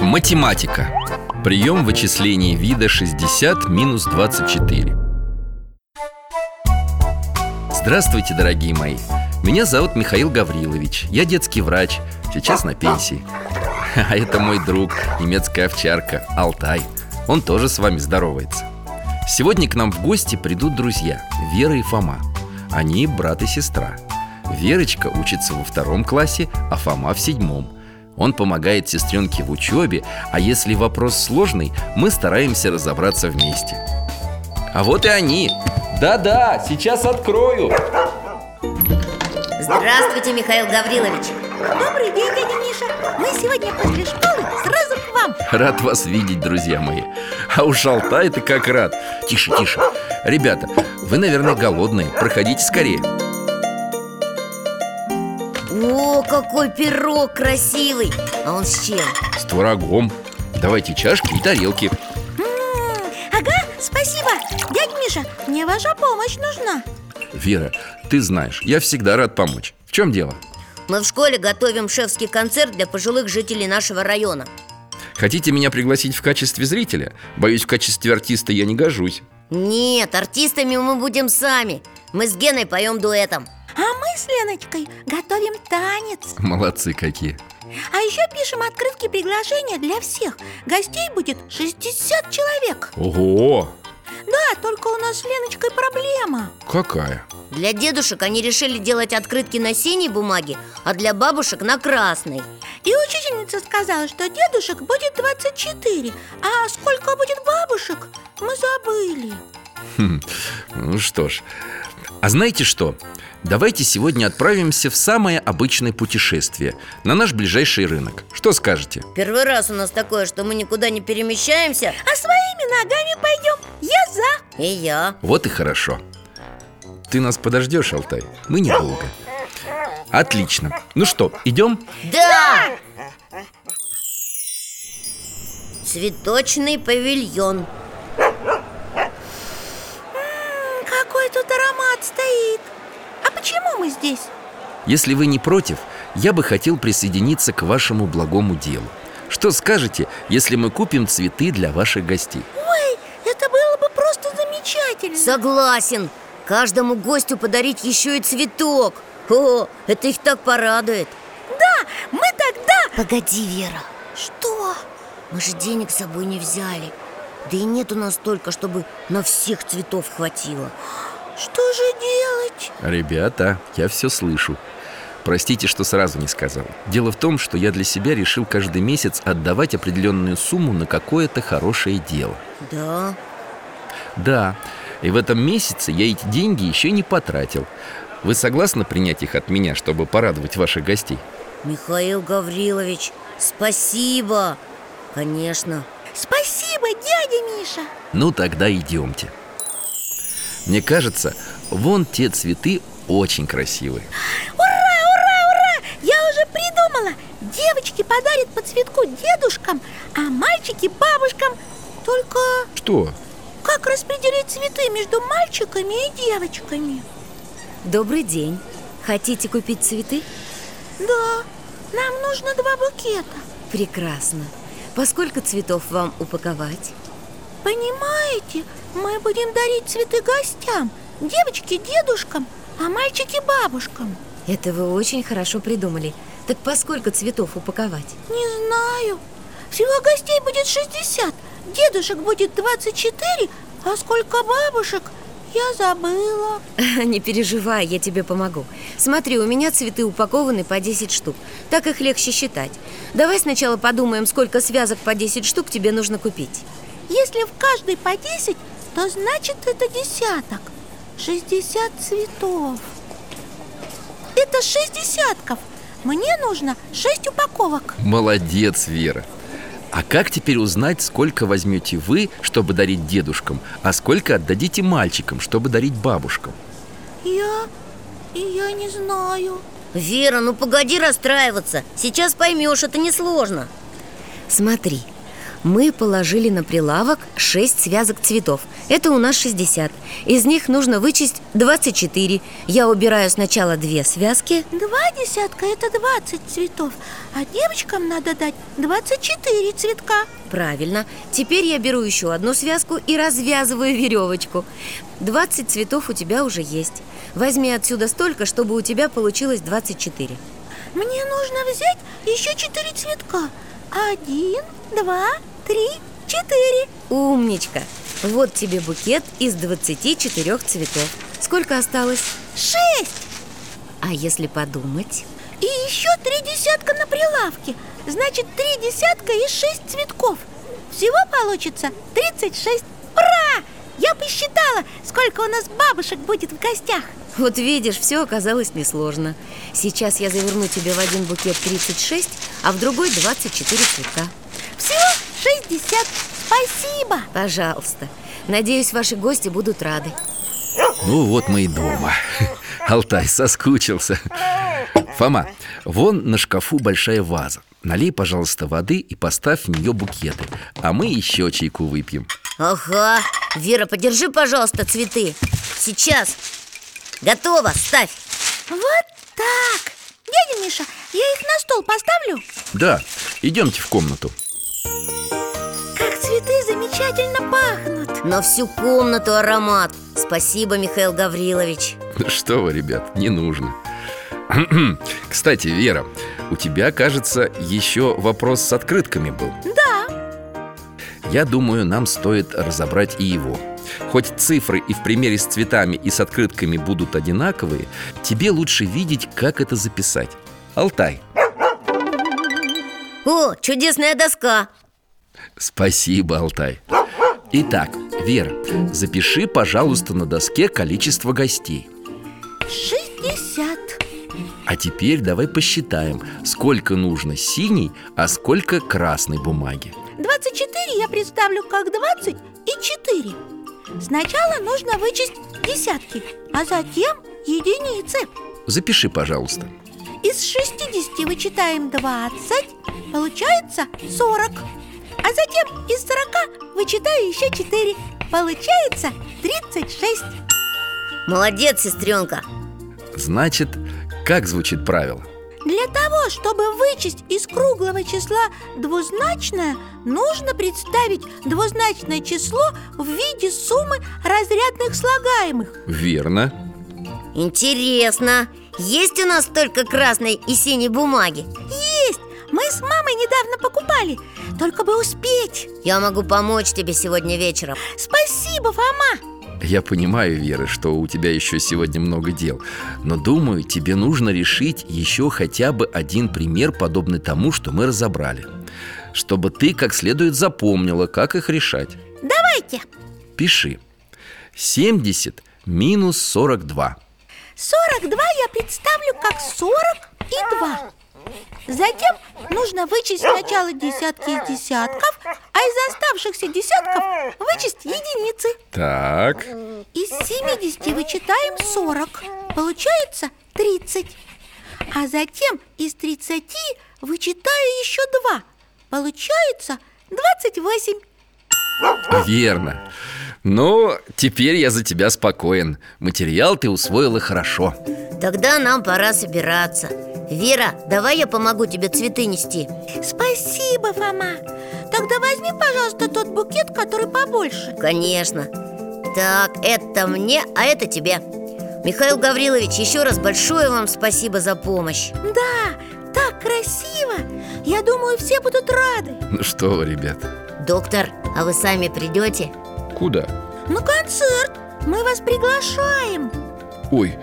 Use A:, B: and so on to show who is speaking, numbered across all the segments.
A: Математика. Прием вычислений вида 60 минус 24. Здравствуйте, дорогие мои. Меня зовут Михаил Гаврилович. Я детский врач. Сейчас на пенсии. А это мой друг, немецкая овчарка, Алтай. Он тоже с вами здоровается. Сегодня к нам в гости придут друзья Вера и Фома. Они брат и сестра. Верочка учится во втором классе, а Фома в седьмом. Он помогает сестренке в учебе, а если вопрос сложный, мы стараемся разобраться вместе. А вот и они. Да-да, сейчас открою.
B: Здравствуйте, Михаил Гаврилович
C: Добрый день, дядя Миша Мы сегодня после школы сразу к вам
A: Рад вас видеть, друзья мои А уж Алтай-то как рад Тише, тише Ребята, вы, наверное, голодные Проходите скорее
B: О, какой пирог красивый А он с чем?
A: С творогом Давайте чашки и тарелки
C: М, Ага, спасибо Дядя Миша, мне ваша помощь нужна
A: Вера, ты знаешь, я всегда рад помочь В чем дело?
B: Мы в школе готовим шефский концерт для пожилых жителей нашего района
A: Хотите меня пригласить в качестве зрителя? Боюсь, в качестве артиста я не гожусь
B: Нет, артистами мы будем сами Мы с Геной поем дуэтом
C: А мы с Леночкой готовим танец
A: Молодцы какие
C: А еще пишем открытки приглашения для всех Гостей будет 60 человек
A: Ого,
C: Да, только у нас с Леночкой проблема
A: какая
B: Для дедушек они решили делать открытки на синей бумаге А для бабушек на красной
C: И учительница сказала, что дедушек будет 24 А сколько будет бабушек, мы забыли
A: Хм, Ну что ж, а знаете что? Давайте сегодня отправимся в самое обычное путешествие На наш ближайший рынок Что скажете?
B: Первый раз у нас такое, что мы никуда не перемещаемся
C: А своими ногами пойдем, я за
B: И я
A: Вот и хорошо Ты нас подождешь, Алтай? Мы недолго Отлично Ну что, идем?
B: Да! Цветочный павильон
C: М, Какой тут аромат стоит А почему мы здесь?
A: Если вы не против, я бы хотел присоединиться к вашему благому делу Что скажете, если мы купим цветы для ваших гостей?
C: Ой, это было бы просто замечательно
B: Согласен Каждому гостю подарить еще и цветок О, это их так порадует
C: Да, мы тогда...
B: Погоди, Вера
C: Что?
B: Мы же денег с собой не взяли Да и нет у нас столько, чтобы на всех цветов хватило
C: Что же делать?
A: Ребята, я все слышу. Простите, что сразу не сказал. Дело в том, что я для себя решил каждый месяц отдавать определенную сумму на какое-то хорошее дело.
B: Да,
A: Да, и в этом месяце я эти деньги еще не потратил. Вы согласны принять их от меня, чтобы порадовать ваших гостей?
B: Михаил Гаврилович, спасибо Конечно
C: Спасибо, дядя Миша
A: Ну тогда идемте. Мне кажется, вон те цветы очень красивые.
C: Ура, ура, ура! Я уже придумала Девочки подарят по цветку дедушкам А мальчики бабушкам Только
A: Что?
C: как распределить цветы между мальчиками и девочками?
B: Добрый день Хотите купить цветы?
C: Да, нам нужно два букета
B: Прекрасно Поскольку цветов вам упаковать?
C: Понимаете, мы будем дарить цветы гостям Девочки дедушкам, а мальчики бабушкам
B: Это вы очень хорошо придумали. Так поскольку цветов упаковать?
C: Не знаю Всего гостей будет 60 Дедушек будет 24 А сколько бабушек, я забыла
B: Не переживай, я тебе помогу. Смотри, у меня цветы упакованы по 10 штук. Так их легче считать. Давай сначала подумаем, сколько связок по 10 штук тебе нужно купить.
C: Если в каждой по 10, то значит это десяток 60 цветов Это шесть десятков Мне нужно шесть упаковок.
A: Молодец, Вера. А как теперь узнать, сколько возьмете вы, чтобы дарить дедушкам, а сколько отдадите мальчикам, чтобы дарить бабушкам?
C: Я... я не знаю.
D: Вера, ну погоди расстраиваться Сейчас поймешь, это несложно
B: Смотри, мы положили на прилавок 6 связок цветов Это у нас 60 Из них нужно вычесть 24 Я убираю сначала две связки
C: Два десятка – это 20 цветов, а девочкам надо дать 24 цветка.
B: Правильно Теперь я беру еще одну связку и развязываю веревочку 20 цветов у тебя уже есть Возьми отсюда столько, чтобы у тебя получилось 24
C: Мне нужно взять еще 4 цветка. Один, два, три, четыре.
B: Умничка! Вот тебе букет из 24 цветов Сколько осталось?
C: Шесть.
B: А если подумать?
C: И еще три десятка на прилавке. Значит, три десятка и шесть цветков. Всего получится 36. Ура! Я посчитала, сколько у нас бабушек будет в гостях.
B: Вот видишь, все оказалось несложно Сейчас я заверну тебе в один букет 36, а в другой 24 цветка
C: Всего 60. Спасибо.
B: Пожалуйста Надеюсь, ваши гости будут рады
A: Ну вот мы и дома. Алтай соскучился. Фома, вон на шкафу большая ваза. Налей, пожалуйста, воды и поставь в нее букеты, а мы еще чайку выпьем.
D: Ага, Вера, подержи, пожалуйста, цветы Сейчас Готово, ставь
C: Вот так. Дядя Миша, я их на стол поставлю.
A: Да, идемте в комнату.
C: Как цветы замечательно пахнут.
D: На всю комнату аромат Спасибо, Михаил Гаврилович
A: Что вы, ребят, не нужно. Кстати, Вера, у тебя, кажется, еще вопрос с открытками был.
C: Да,
A: Я думаю, нам стоит разобрать и его. Хоть цифры и в примере с цветами, и с открытками будут одинаковые, тебе лучше видеть, как это записать. Алтай,
D: О, чудесная доска
A: спасибо, Алтай. Итак, Вера, запиши, пожалуйста, на доске количество гостей.
C: 60.
A: А теперь давай посчитаем, сколько нужно синей, а сколько красной бумаги.
C: 24 я представлю как 20 и 4. Сначала нужно вычесть десятки, а затем единицы.
A: Запиши, пожалуйста.
C: Из 60 вычитаем 20, получается 40. А затем из 40 вычитаю еще 4, получается 36.
D: Молодец, сестренка
A: Значит, как звучит правило?
C: Для того, чтобы вычесть из круглого числа двузначное, нужно представить двузначное число в виде суммы разрядных слагаемых.
A: Верно.
D: Интересно Есть у нас только красной и синей бумаги
C: Есть! Мы с мамой недавно покупали Только бы успеть
D: Я могу помочь тебе сегодня вечером
C: Спасибо, Фома
A: Я понимаю, Вера, что у тебя еще сегодня много дел, но думаю, тебе нужно решить еще хотя бы один пример, подобный тому, что мы разобрали. Чтобы ты как следует запомнила, как их решать.
C: Давайте
A: Пиши. 70 минус 42.
C: 42 я представлю как 40 и 2 Затем нужно вычесть сначала десятки из десятков А из оставшихся десятков вычесть единицы
A: Так.
C: Из 70 вычитаем 40 Получается 30 А затем из 30 вычитаю еще 2 Получается 28
A: Верно. Ну, теперь я за тебя спокоен. Материал ты усвоила хорошо.
D: Тогда нам пора собираться Вера, давай я помогу тебе цветы нести
C: Спасибо, Фома Тогда возьми, пожалуйста, тот букет, который побольше
D: Конечно Так, это мне, а это тебе Михаил Гаврилович, еще раз большое вам спасибо за помощь
C: Да, так красиво Я думаю, все будут рады
A: Ну что вы, ребят.
D: Доктор, а вы сами придете?
A: Куда?
C: На концерт мы вас приглашаем
A: Ой,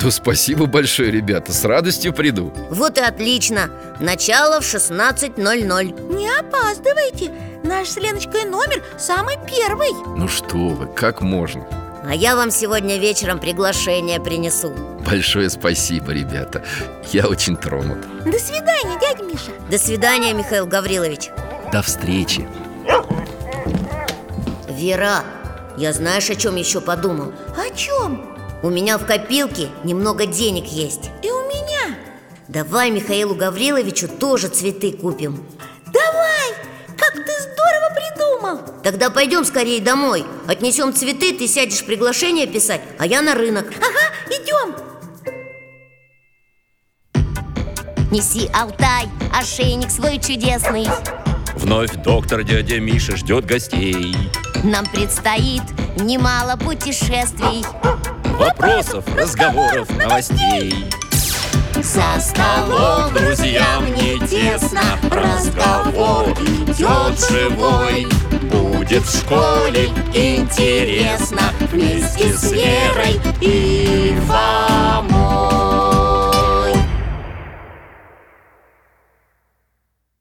A: то спасибо большое, ребята, с радостью приду
D: Вот и отлично Начало в 16.00
C: Не опаздывайте Наш с Леночкой номер самый первый
A: Ну что вы, как можно?
B: а я вам сегодня вечером приглашение принесу.
E: Большое спасибо, ребята. Я очень тронут.
C: До свидания, дядь Миша
B: До свидания, Михаил Гаврилович.
E: До встречи.
B: Вера, я знаешь, о чем еще подумал?
C: О чем?
B: У меня в копилке немного денег есть.
C: И у меня
B: Давай Михаилу Гавриловичу тоже цветы купим.
C: Давай! Как ты здорово придумал!
B: Тогда пойдем скорее домой. Отнесем цветы, ты сядешь приглашение писать, а я на рынок.
C: Ага, идем!
F: Неси, Алтай, ошейник свой чудесный
A: Вновь доктор дядя Миша ждет гостей
F: Нам предстоит немало путешествий
A: Вопросов, разговоров, новостей
F: За
A: Алло, друзьям не тесно Разговор идет живой Будет в школе интересно Вместе с Верой и вам